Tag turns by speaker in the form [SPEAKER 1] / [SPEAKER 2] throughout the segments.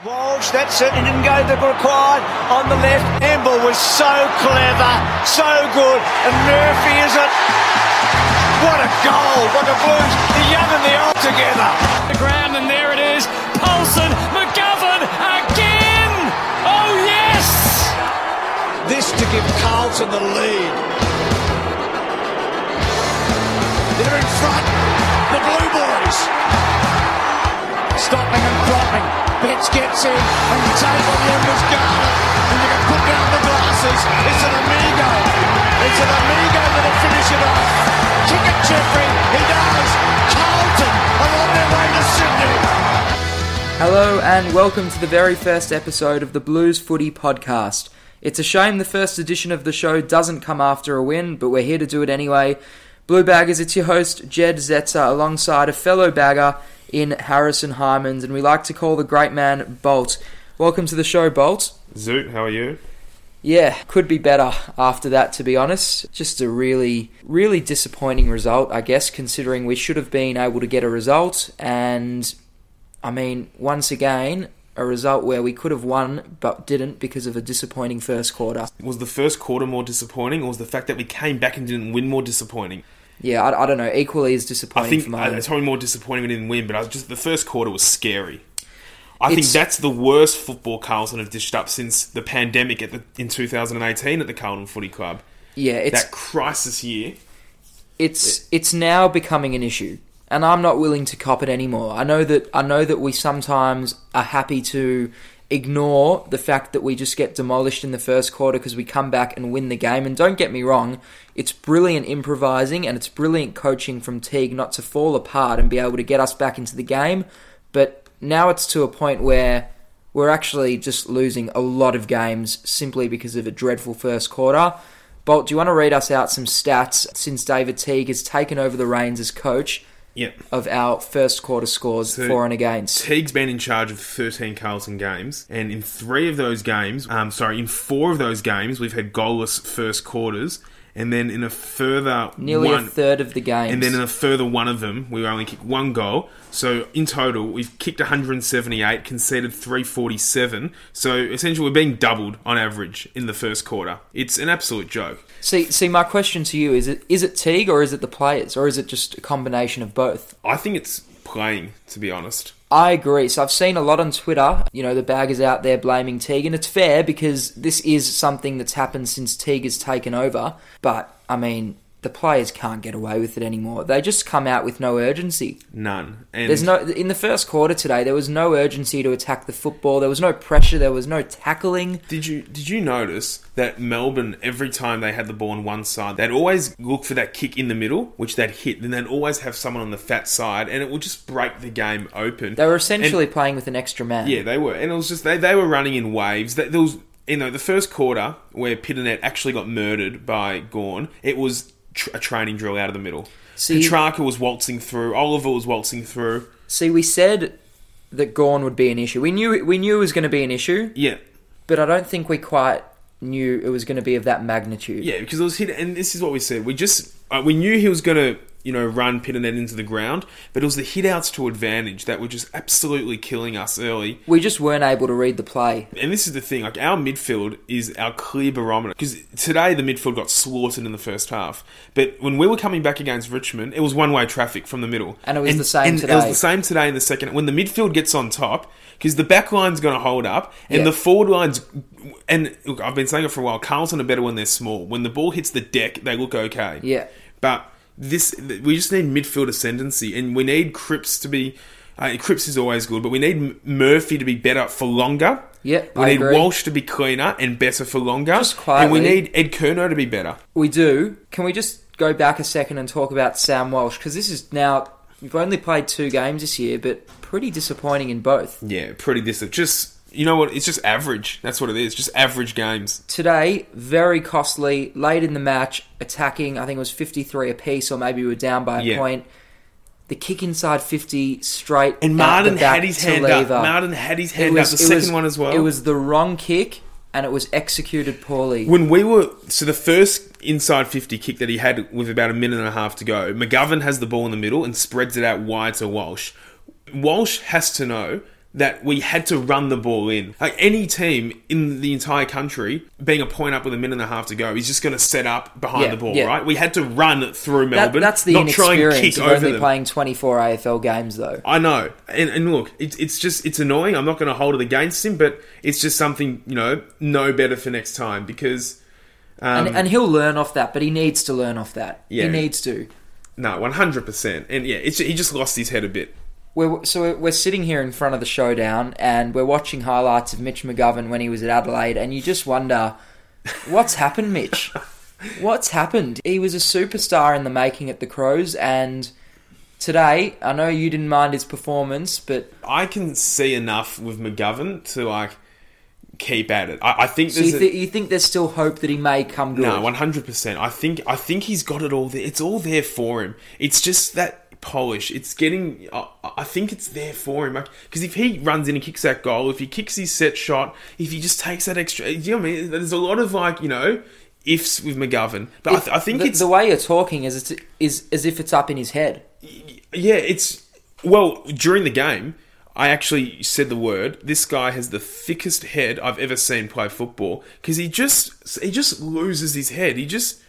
[SPEAKER 1] Walsh, that certainly didn't go the required on the left. Amble was so clever, so good, and Murphy is it. What a goal! What a blues! The young and the old together.
[SPEAKER 2] the ground, and there it is. Paulson, McGovern again. Oh yes!
[SPEAKER 1] This to give Carlton the lead. They're in front. The Blue Boys. Stopping and dropping. Betts gets in and the table members Garner. And you can put down the glasses. It's an amigo. It's an amigo that'll finish it off. Kick it, Jeffrey. He does. Carlton are on their way to Sydney.
[SPEAKER 3] Hello and welcome to the very first episode of the Blues Footy Podcast. It's a shame the first edition of the show doesn't come after a win, but we're here to do it anyway. Blue Baggers, it's your host, Jed Zetzer, alongside a fellow bagger in Harrison Hymans, and we like to call the great man Bolt. Welcome to the show, Bolt.
[SPEAKER 4] Zoot, how are you?
[SPEAKER 3] Yeah, could be better after that, to be honest. Just a really, really disappointing result, I guess, considering we should have been able to get a result. And, I mean, once again, a result where we could have won but didn't because of a disappointing first quarter.
[SPEAKER 4] Was the first quarter more disappointing, or was the fact that we came back and didn't win more disappointing?
[SPEAKER 3] Yeah, I, I don't know. Equally as
[SPEAKER 4] I
[SPEAKER 3] disappointing
[SPEAKER 4] think
[SPEAKER 3] for
[SPEAKER 4] uh,
[SPEAKER 3] mine.
[SPEAKER 4] it's probably more disappointing we didn't win, but I was just the first quarter was scary. I think
[SPEAKER 3] It's-
[SPEAKER 4] that's the worst football Carlton have dished up since the pandemic at the, in 2018 at the Carlton Footy Club.
[SPEAKER 3] yeah, it's
[SPEAKER 4] that crisis year.
[SPEAKER 3] it's it's now becoming an issue and I'm not willing to cop it anymore. I know that I know that we sometimes are happy to ignore the fact that we just get demolished in the first quarter because we come back and win the game and don't get me wrong, it's brilliant improvising and it's brilliant coaching from Teague not to fall apart and be able to get us back into the game, but now it's to a point where we're actually just losing a lot of games simply because of a dreadful first quarter. Bolt, do you want to read us out some stats since David Teague has taken over the reins as coach
[SPEAKER 4] Yeah.
[SPEAKER 3] of our first quarter scores
[SPEAKER 4] So-
[SPEAKER 3] for and against?
[SPEAKER 4] Teague's been in charge of 13 Carlton games, and in three of those games, um, sorry, in four of those games, we've had goalless first quarters, and then in a further
[SPEAKER 3] Nearly
[SPEAKER 4] one,
[SPEAKER 3] a third of the games.
[SPEAKER 4] And then in a further one of them, we only kicked one goal. So in total, we've kicked 178, conceded 347. So essentially, we're being doubled on average in the first quarter. It's an absolute joke.
[SPEAKER 3] see, see, my question to you is: it, is it Teague or is it the players, or is it just a combination of both?
[SPEAKER 4] I think it's playing, to be honest.
[SPEAKER 3] I agree. So I've seen a lot on Twitter. You know, the baggers out there blaming Teague, and it's fair because this is something that's happened since Teague has taken over. But I mean, the players can't get away with it anymore. They just come out with no urgency.
[SPEAKER 4] None. And
[SPEAKER 3] There's no in the first quarter today. There was no urgency to attack the football. There was no pressure. There was no tackling.
[SPEAKER 4] Did you did you notice that Melbourne every time they had the ball on one side, they'd always look for that kick in the middle, which they'd hit, and they'd always have someone on the fat side, and it would just break the game open.
[SPEAKER 3] They were
[SPEAKER 4] And-
[SPEAKER 3] essentially playing with an extra man.
[SPEAKER 4] Yeah, they were, and it was just they, they were running in waves. That there was you know the first quarter where Pitternet actually got murdered by Gorn. It was tr- a training drill out of the middle.
[SPEAKER 3] See-
[SPEAKER 4] Petrarca was waltzing through. Oliver was waltzing through.
[SPEAKER 3] See, we said that Gorn would be an issue. We knew we knew it was going to be an issue,
[SPEAKER 4] Yeah,
[SPEAKER 3] but I don't think we quite knew it was going to be of that magnitude.
[SPEAKER 4] yeah, because it was hit, and this is what we said. We just uh, we knew he was going to you know run Pitternet into the ground, but it was the hit outs to advantage that were just absolutely killing us early.
[SPEAKER 3] We just weren't able to read the play.
[SPEAKER 4] And this is the thing, like our midfield is our clear barometer because today the midfield got slaughtered in the first half. But when we were coming back against Richmond, it was one-way traffic from the middle,
[SPEAKER 3] And it was the same
[SPEAKER 4] and It was
[SPEAKER 3] today.
[SPEAKER 4] the same today in the second. When the midfield gets on top, because the back line's going to hold up, and
[SPEAKER 3] Yeah.
[SPEAKER 4] the forward lines. And look, I've been saying it for a while. Carlton are better when they're small. When the ball hits the deck, they look okay.
[SPEAKER 3] Yeah.
[SPEAKER 4] But this, th- we just need midfield ascendancy, and we need Cripps to be. Uh, Cripps is always good, but we need M- Murphy to be better for longer.
[SPEAKER 3] Yep,
[SPEAKER 4] we
[SPEAKER 3] I
[SPEAKER 4] need
[SPEAKER 3] agree.
[SPEAKER 4] Walsh to be cleaner and better for longer.
[SPEAKER 3] Just quietly.
[SPEAKER 4] and we need Ed Kerno to be better.
[SPEAKER 3] We do. Can we just go back a second and talk about Sam Walsh because this is now we've only played two games this year, but pretty disappointing in both.
[SPEAKER 4] Yeah, pretty distant. Just you know what? It's just average. That's what it is. Just average games.
[SPEAKER 3] today, very costly, late in the match, attacking. I think it was 53 apiece, or maybe we were down by a
[SPEAKER 4] Yeah.
[SPEAKER 3] point. The kick inside 50 straight.
[SPEAKER 4] And
[SPEAKER 3] out the
[SPEAKER 4] Martin
[SPEAKER 3] back
[SPEAKER 4] had his
[SPEAKER 3] to
[SPEAKER 4] hand up.
[SPEAKER 3] Lever.
[SPEAKER 4] Martin had his
[SPEAKER 3] It
[SPEAKER 4] hand up. The
[SPEAKER 3] it
[SPEAKER 4] second one as well.
[SPEAKER 3] It was the wrong kick, and it was executed poorly.
[SPEAKER 4] When we were so the first inside fifty kick that he had with about a minute and a half to go, McGovern has the ball in the middle and spreads it out wide to Walsh. Walsh has to know that we had to run the ball in. Like any team in the entire country, being a point up with a minute and a half to go, is just going to set up behind
[SPEAKER 3] Yeah,
[SPEAKER 4] the ball,
[SPEAKER 3] yeah.
[SPEAKER 4] right? We had to run through
[SPEAKER 3] That,
[SPEAKER 4] Melbourne.
[SPEAKER 3] that's the
[SPEAKER 4] not try and kick
[SPEAKER 3] inexperience of
[SPEAKER 4] over
[SPEAKER 3] only
[SPEAKER 4] them.
[SPEAKER 3] playing 24 AFL games, though.
[SPEAKER 4] I know, and, and look, it's it's just it's annoying. I'm not going to hold it against him, but it's just something you know, know better for next time because
[SPEAKER 3] and, and he'll learn off that, but he needs to learn off that.
[SPEAKER 4] Um, Yeah.
[SPEAKER 3] He needs to.
[SPEAKER 4] no, 100. percent And yeah, it's, he just lost his head a bit.
[SPEAKER 3] We're, so we're- we're sitting here in front of the showdown, and we're watching highlights of Mitch McGovern when he was at Adelaide, and you just wonder, what's happened, Mitch? What's happened? He was a superstar in the making at the Crows, and today, I know you didn't mind his performance, but
[SPEAKER 4] I can see enough with McGovern to like keep at it. I, I think
[SPEAKER 3] do
[SPEAKER 4] there's
[SPEAKER 3] you,
[SPEAKER 4] a-
[SPEAKER 3] thi- you think there's still hope that he may come good?
[SPEAKER 4] No, one hundred percent. I think I think he's got it all there. It's all there for him. It's just that polish. It's getting. I, I think it's there for him. Because if he runs in and kicks that goal, if he kicks his set shot, if he just takes that extra, you know what I mean? There's a lot of like you know ifs with McGovern, but I, th- I think
[SPEAKER 3] the,
[SPEAKER 4] it's
[SPEAKER 3] the way you're talking is it's, is as if it's up in his head.
[SPEAKER 4] yeah. It's well during the game. I actually said the word. This guy has the thickest head I've ever seen play football because he just he just loses his head. He just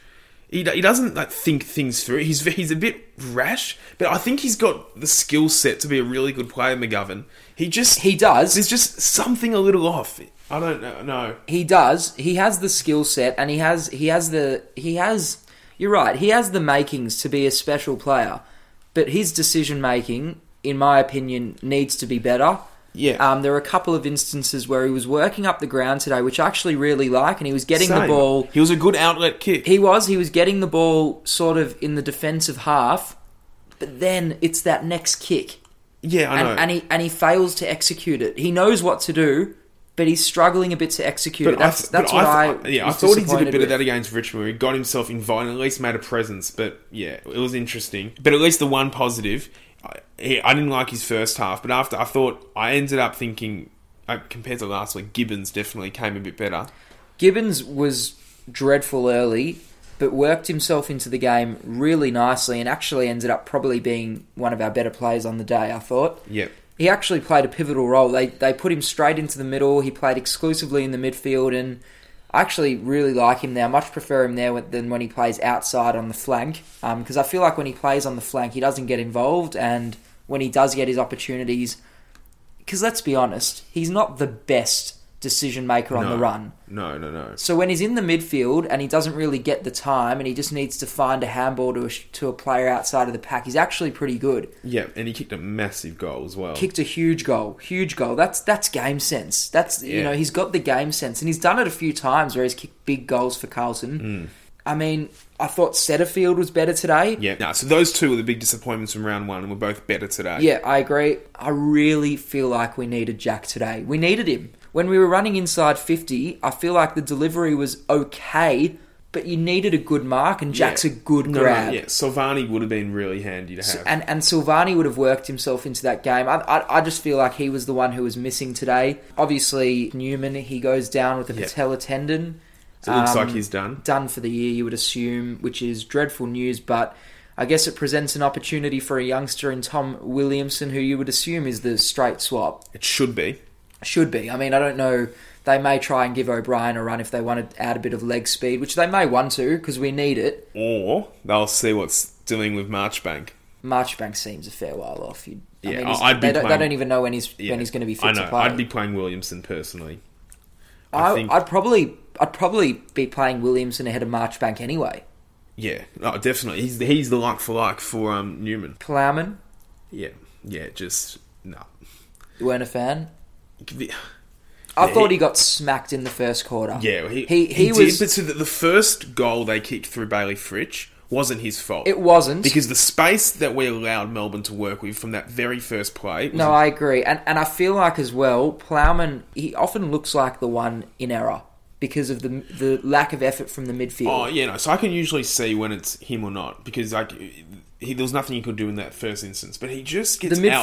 [SPEAKER 4] he, he doesn't like think things through. He's he's a bit rash, but I think he's got the skill set to be a really good player. McGovern. He just
[SPEAKER 3] He does.
[SPEAKER 4] There's just something a little off. I don't know. No.
[SPEAKER 3] he does. He has the skill set, and he has he has the he has. You're right. He has the makings to be a special player, but his decision making, in my opinion, needs to be better.
[SPEAKER 4] Yeah.
[SPEAKER 3] Um, there are a couple of instances where he was working up the ground today, which I actually really like, and he was getting the
[SPEAKER 4] Same.
[SPEAKER 3] ball.
[SPEAKER 4] He was a good outlet kick.
[SPEAKER 3] He was he was getting the ball sort of in the defensive half, but then it's that next kick
[SPEAKER 4] yeah, I know.
[SPEAKER 3] and, and he and he fails to execute it. He knows what to do, but he's struggling a bit to execute it. That's
[SPEAKER 4] but
[SPEAKER 3] that's what I,
[SPEAKER 4] th- yeah, I
[SPEAKER 3] was
[SPEAKER 4] thought he did a
[SPEAKER 3] disappointed
[SPEAKER 4] bit of
[SPEAKER 3] with.
[SPEAKER 4] that against Richmond. Where he got himself invited, and at least made a presence. But yeah, it was interesting. But at least the one positive, I, he- I didn't like his first half. But after, I thought I ended up thinking. Uh, compared to last week, Gibbons definitely came a bit better.
[SPEAKER 3] Gibbons was dreadful early, but worked himself into the game really nicely, and actually ended up probably being one of our better players on the day. I thought.
[SPEAKER 4] Yep.
[SPEAKER 3] He actually played a pivotal role. They they put him straight into the middle. He played exclusively in the midfield, and I actually really like him now. Much prefer him there than when he plays outside on the flank, because I feel like when he plays on the flank, he doesn't get involved, and when he does get his opportunities, because let's be honest, he's not the best decision maker on
[SPEAKER 4] No.
[SPEAKER 3] the run.
[SPEAKER 4] No, no, no.
[SPEAKER 3] So when he's in the midfield and he doesn't really get the time, and he just needs to find a handball to a, sh- to a player outside of the pack, he's actually pretty good
[SPEAKER 4] Yeah, and he kicked a massive goal as well.
[SPEAKER 3] kicked a huge goal, huge goal. That's that's game sense. That's you
[SPEAKER 4] Yeah.
[SPEAKER 3] know he's got the game sense, and he's done it a few times where he's kicked big goals for Carlton. I mean, I thought Setterfield was better today.
[SPEAKER 4] Mm. yeah, no, so those two were the big disappointments from round one, and we're both better today.
[SPEAKER 3] Yeah, I agree. I really feel like we needed Jack today. We needed him when we were running inside fifty. I feel like the delivery was okay, but you needed a good mark, and Jack's a good
[SPEAKER 4] No, no,
[SPEAKER 3] grab.
[SPEAKER 4] yeah, Silvani would have been really handy to have.
[SPEAKER 3] and and Silvani would have worked himself into that game. I, I, I just feel like he was the one who was missing today. Obviously Newman he goes down with a
[SPEAKER 4] Yeah.
[SPEAKER 3] patella tendon.
[SPEAKER 4] so it looks
[SPEAKER 3] um,
[SPEAKER 4] like he's done.
[SPEAKER 3] Done for the year, you would assume, which is dreadful news. But I guess it presents an opportunity for a youngster in Tom Williamson, who you would assume is the straight swap.
[SPEAKER 4] It should be.
[SPEAKER 3] Should be. I mean, I don't know. They may try and give O'Brien a run if they want to add a bit of leg speed, which they may want to because we need it.
[SPEAKER 4] Or they'll see what's doing with Marchbank.
[SPEAKER 3] Marchbank seems a fair while off. You, I
[SPEAKER 4] Yeah,
[SPEAKER 3] mean, he's-
[SPEAKER 4] I- I'd
[SPEAKER 3] they,
[SPEAKER 4] be
[SPEAKER 3] don't, they
[SPEAKER 4] playing-
[SPEAKER 3] don't even know when he's
[SPEAKER 4] Yeah.
[SPEAKER 3] when he's going to be fit
[SPEAKER 4] I know.
[SPEAKER 3] to play.
[SPEAKER 4] I'd be playing Williamson personally.
[SPEAKER 3] I,
[SPEAKER 4] think-
[SPEAKER 3] would probably I'd probably be playing Williamson ahead of Marchbank anyway.
[SPEAKER 4] Yeah, oh, definitely. He's he's the like for like for um Newman.
[SPEAKER 3] Plowman,
[SPEAKER 4] Yeah, yeah. Just no.
[SPEAKER 3] you weren't a fan.
[SPEAKER 4] Yeah,
[SPEAKER 3] I
[SPEAKER 4] Yeah,
[SPEAKER 3] thought he,
[SPEAKER 4] he-
[SPEAKER 3] got smacked in the first quarter.
[SPEAKER 4] well, he
[SPEAKER 3] he, he,
[SPEAKER 4] did,
[SPEAKER 3] was.
[SPEAKER 4] But so the, the first goal they kicked through Bailey Fritch wasn't his fault.
[SPEAKER 3] it wasn't
[SPEAKER 4] because the space that we allowed Melbourne to work with from that very first play. Was
[SPEAKER 3] No, I agree, and and I feel like as well, Plowman he often looks like the one in error because of the the lack of effort from the
[SPEAKER 4] Oh
[SPEAKER 3] midfield.
[SPEAKER 4] yeah, no. So I can usually see when it's him or not because like he, there was nothing he could do in that first instance. But he just
[SPEAKER 3] the
[SPEAKER 4] gets outbodied.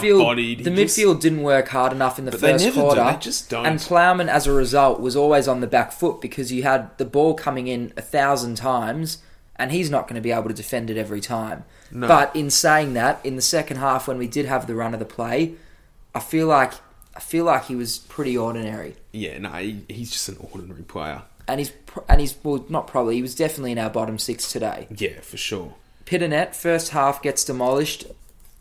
[SPEAKER 3] midfield, the
[SPEAKER 4] He just-
[SPEAKER 3] midfield didn't work hard enough in the
[SPEAKER 4] But they
[SPEAKER 3] first
[SPEAKER 4] never do.
[SPEAKER 3] quarter.
[SPEAKER 4] They just don't.
[SPEAKER 3] And Plowman, as a result, was always on the back foot because you had the ball coming in a thousand times, and he's not going to be able to defend it every time. But in saying that, in the second half when we did have the run of the play, I feel like I feel like he was pretty ordinary.
[SPEAKER 4] Yeah, no, he, he's just an ordinary player.
[SPEAKER 3] And he's pr- and he's well, not probably. He was definitely in our bottom six today.
[SPEAKER 4] Yeah, for sure.
[SPEAKER 3] Pitternet first half gets demolished.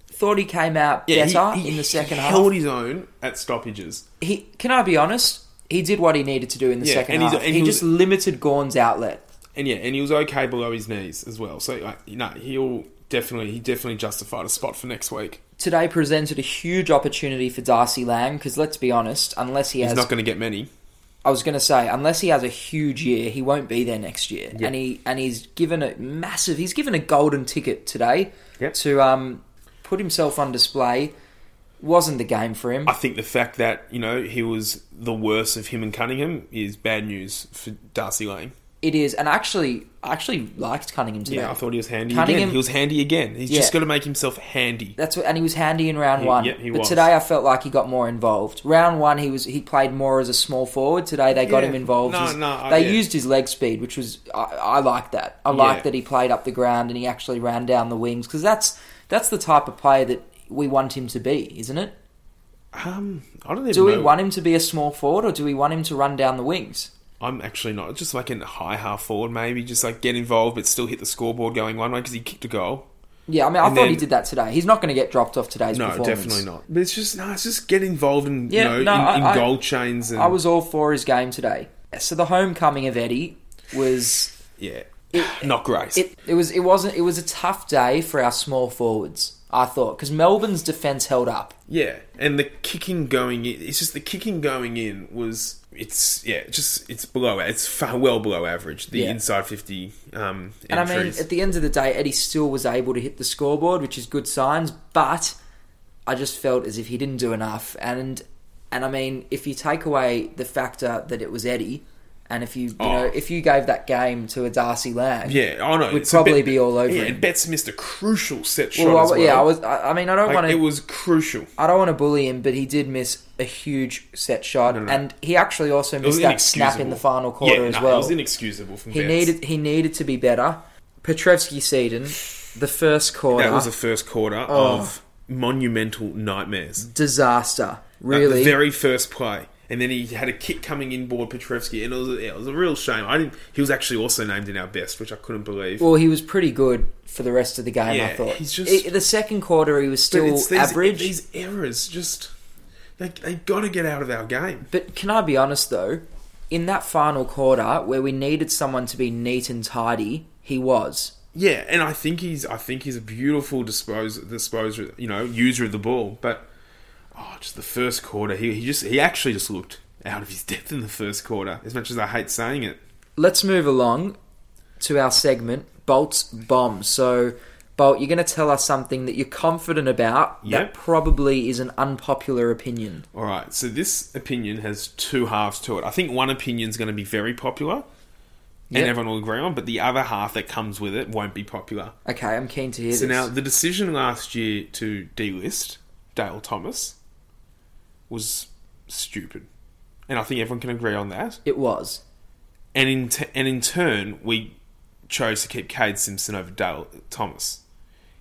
[SPEAKER 3] Thought he came out better in the second
[SPEAKER 4] he
[SPEAKER 3] half.
[SPEAKER 4] Held his own at stoppages.
[SPEAKER 3] he can I be honest? He did what he needed to do in the
[SPEAKER 4] Yeah,
[SPEAKER 3] second
[SPEAKER 4] and he's-
[SPEAKER 3] half.
[SPEAKER 4] and
[SPEAKER 3] he
[SPEAKER 4] he
[SPEAKER 3] just
[SPEAKER 4] was-
[SPEAKER 3] limited Gorn's outlet.
[SPEAKER 4] and yeah, and he was okay below his knees as well. So like, no, he'll definitely he definitely justified a spot for next week.
[SPEAKER 3] Today presented a huge opportunity for Darcy Lang because let's be honest, unless he
[SPEAKER 4] He's
[SPEAKER 3] has,
[SPEAKER 4] not going to get many.
[SPEAKER 3] I was going to say, unless he has a huge year, he won't be there next year.
[SPEAKER 4] Yeah.
[SPEAKER 3] And he and he's given a massive. He's given a golden ticket today
[SPEAKER 4] Yep.
[SPEAKER 3] to um, put himself on display. Wasn't the game for him?
[SPEAKER 4] I think the fact that you know he was the worst of him and Cunningham is bad news for Darcy Lane.
[SPEAKER 3] It is, and actually, I actually liked Cunningham today.
[SPEAKER 4] Yeah, I thought he was handy
[SPEAKER 3] Cunningham-
[SPEAKER 4] again. He was handy again. He's
[SPEAKER 3] Yeah.
[SPEAKER 4] just got to make himself handy.
[SPEAKER 3] That's what, and he was handy in round
[SPEAKER 4] He-
[SPEAKER 3] one.
[SPEAKER 4] yeah, he
[SPEAKER 3] but
[SPEAKER 4] was.
[SPEAKER 3] today I felt like he got more involved. Round one, he was he played more as a small forward. Today they got
[SPEAKER 4] Yeah.
[SPEAKER 3] him involved.
[SPEAKER 4] No,
[SPEAKER 3] He's-
[SPEAKER 4] no, I-
[SPEAKER 3] they
[SPEAKER 4] yeah.
[SPEAKER 3] used his leg speed, which was I, I like that. I like
[SPEAKER 4] Yeah.
[SPEAKER 3] that he played up the ground and he actually ran down the wings because that's that's the type of player that we want him to be, isn't it?
[SPEAKER 4] Um, I don't even
[SPEAKER 3] Do we
[SPEAKER 4] know.
[SPEAKER 3] want him to be a small forward or do we want him to run down the wings?
[SPEAKER 4] I'm actually not just like in high half forward, maybe just like get involved but still hit the scoreboard going one way because he kicked a goal.
[SPEAKER 3] Yeah, I mean, I
[SPEAKER 4] And
[SPEAKER 3] thought he
[SPEAKER 4] then-
[SPEAKER 3] did that today. He's not going to get dropped off today's
[SPEAKER 4] No,
[SPEAKER 3] performance.
[SPEAKER 4] definitely not. But it's just no, it's just get involved in
[SPEAKER 3] Yeah,
[SPEAKER 4] you know
[SPEAKER 3] no,
[SPEAKER 4] in, in
[SPEAKER 3] I- I-
[SPEAKER 4] goal chains and
[SPEAKER 3] I was all for his game today. So the homecoming of Eddie was.
[SPEAKER 4] yeah, not great.
[SPEAKER 3] It, it was it wasn't it was a tough day for our small forwards. I thought because Melbourne's defence held up.
[SPEAKER 4] Yeah, and the kicking going in, it's just the kicking going in was it's yeah, it's just it's below it's far well below average. The
[SPEAKER 3] Yeah.
[SPEAKER 4] inside fifty um
[SPEAKER 3] And I mean,
[SPEAKER 4] entries.
[SPEAKER 3] at the end of the day, Eddie still was able to hit the scoreboard, which is good signs. But I just felt as if he didn't do enough. And and I mean, if you take away the factor that it was Eddie, and if you you
[SPEAKER 4] Oh.
[SPEAKER 3] know if you gave that game to a Darcy Lang,
[SPEAKER 4] yeah, I know.
[SPEAKER 3] would
[SPEAKER 4] it's a
[SPEAKER 3] probably be all over
[SPEAKER 4] Yeah,
[SPEAKER 3] him.
[SPEAKER 4] and Betts missed a crucial set shot.
[SPEAKER 3] Well, I,
[SPEAKER 4] as well.
[SPEAKER 3] yeah, I was. I, I mean, I don't
[SPEAKER 4] Like,
[SPEAKER 3] want to.
[SPEAKER 4] it was crucial. It
[SPEAKER 3] I don't want to bully him, but he did miss a huge set shot,
[SPEAKER 4] no.
[SPEAKER 3] and he actually also
[SPEAKER 4] was
[SPEAKER 3] missed that snap in
[SPEAKER 4] inexcusable.
[SPEAKER 3] the final quarter
[SPEAKER 4] yeah,
[SPEAKER 3] as
[SPEAKER 4] no,
[SPEAKER 3] well.
[SPEAKER 4] It was inexcusable from
[SPEAKER 3] He
[SPEAKER 4] Betts.
[SPEAKER 3] needed he needed to be better. Petrevsky Seaton, the first quarter
[SPEAKER 4] that was the first quarter
[SPEAKER 3] Oh.
[SPEAKER 4] of monumental nightmares.
[SPEAKER 3] disaster.
[SPEAKER 4] Like,
[SPEAKER 3] Really,
[SPEAKER 4] the very first play. And then he had a kick coming inboard Petrevsky, and it was, yeah, it was a real shame. I didn't. He was actually also named in our best, which I couldn't believe.
[SPEAKER 3] well, he was pretty good for the rest of the game. I
[SPEAKER 4] Yeah,
[SPEAKER 3] thought
[SPEAKER 4] he's just-
[SPEAKER 3] It- the second quarter he was
[SPEAKER 4] But
[SPEAKER 3] still
[SPEAKER 4] it's these,
[SPEAKER 3] average.
[SPEAKER 4] These errors just they they got to get out of our game.
[SPEAKER 3] But can I be honest though? In that final quarter where we needed someone to be neat and tidy, he was.
[SPEAKER 4] Yeah, and I think he's I think he's a beautiful dispose disposer, you know, user of the ball. But oh, just the first quarter, he he just he actually just looked out of his depth in the first quarter. As much as I hate saying it,
[SPEAKER 3] let's move along to our segment Bolt's bomb. So, Bolt, you're going to tell us something that you're confident about that
[SPEAKER 4] Yep.
[SPEAKER 3] probably is an unpopular opinion.
[SPEAKER 4] All right, so this opinion has two halves to it. I think one opinion's going to be very popular and
[SPEAKER 3] Yep.
[SPEAKER 4] everyone will agree on, but the other half that comes with it won't be popular.
[SPEAKER 3] Okay, I'm keen to hear
[SPEAKER 4] So
[SPEAKER 3] this.
[SPEAKER 4] now the decision last year to delist Dale Thomas was stupid. And I think everyone can agree on that.
[SPEAKER 3] it was.
[SPEAKER 4] And in t- and in turn, we chose to keep Cade Simpson over Dale Thomas.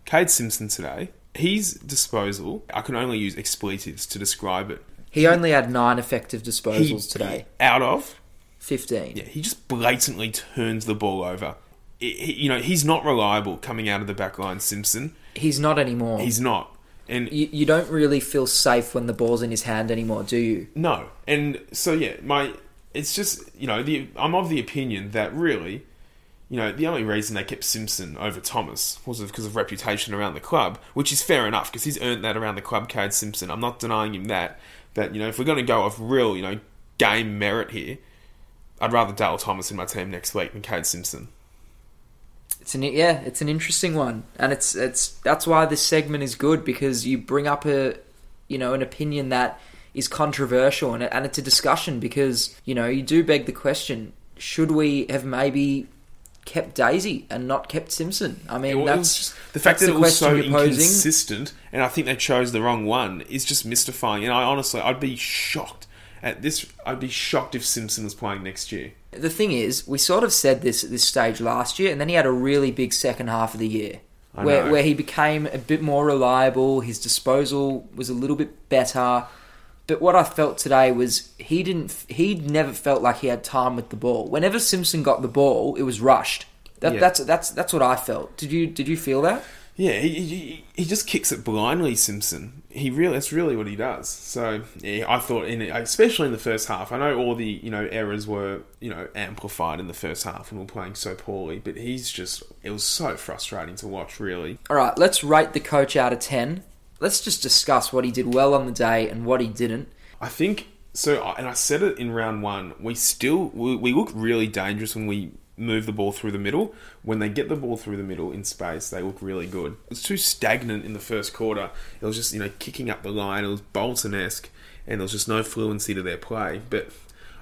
[SPEAKER 4] Cade Simpson today, he's disposal. I can only use expletives to describe it.
[SPEAKER 3] He only had nine effective disposals
[SPEAKER 4] He-
[SPEAKER 3] today.
[SPEAKER 4] out of
[SPEAKER 3] 15.
[SPEAKER 4] Yeah, he just blatantly turns the ball over. He- he- you know, he's not reliable coming out of the back line, Simpson.
[SPEAKER 3] He's not anymore.
[SPEAKER 4] He's not. And
[SPEAKER 3] you, you don't really feel safe when the ball's in his hand anymore, do you?
[SPEAKER 4] no. And so, yeah, my. It's just, you know, the I'm of the opinion that really, you know, the only reason they kept Simpson over Thomas was because of reputation around the club, which is fair enough because he's earned that around the club, Cade Simpson. I'm not denying him that. But, you know, if we're going to go off real, you know, game merit here, I'd rather Dale Thomas in my team next week than Cade Simpson.
[SPEAKER 3] It's an yeah, it's an interesting one, and it's it's that's why this segment is good because you bring up a you know an opinion that is controversial and it- and it's a discussion because you know you do beg the question: should we have maybe kept Daisy and not kept Simpson? I mean,
[SPEAKER 4] Well, it
[SPEAKER 3] that's
[SPEAKER 4] was just- the fact
[SPEAKER 3] that's
[SPEAKER 4] that
[SPEAKER 3] the
[SPEAKER 4] it was so
[SPEAKER 3] question you're posing.
[SPEAKER 4] inconsistent, and I think they chose the wrong one, is just mystifying. And I honestly, I'd be shocked at this. I'd be shocked if Simpson was playing next year.
[SPEAKER 3] The thing is, we sort of said this at this stage last year, and then he had a really big second half of the year. Where,
[SPEAKER 4] know.
[SPEAKER 3] where he became a bit more reliable, his disposal was a little bit better. But what I felt today was he didn't. He never felt like he had time with the ball. Whenever Simpson got the ball, it was rushed. That,
[SPEAKER 4] Yeah.
[SPEAKER 3] That's that's that's what I felt. Did you did you feel that?
[SPEAKER 4] Yeah, he, he, he just kicks it blindly, Simpson. He really that's really what he does. So yeah, I thought, in especially in the first half, I know all the you know errors were you know amplified in the first half and we're playing so poorly, but he's just it was so frustrating to watch. Really,
[SPEAKER 3] All right, let's rate the coach out of ten. Let's just discuss what he did well on the day and what he didn't.
[SPEAKER 4] I think so, I- and I said it in round one. We still we, we look really dangerous when we move the ball through the middle. When they get the ball through the middle in space, they look really good. It's too stagnant in the first quarter. It was just you know kicking up the line. It was Bolton esque, and there was just no fluency to their play. But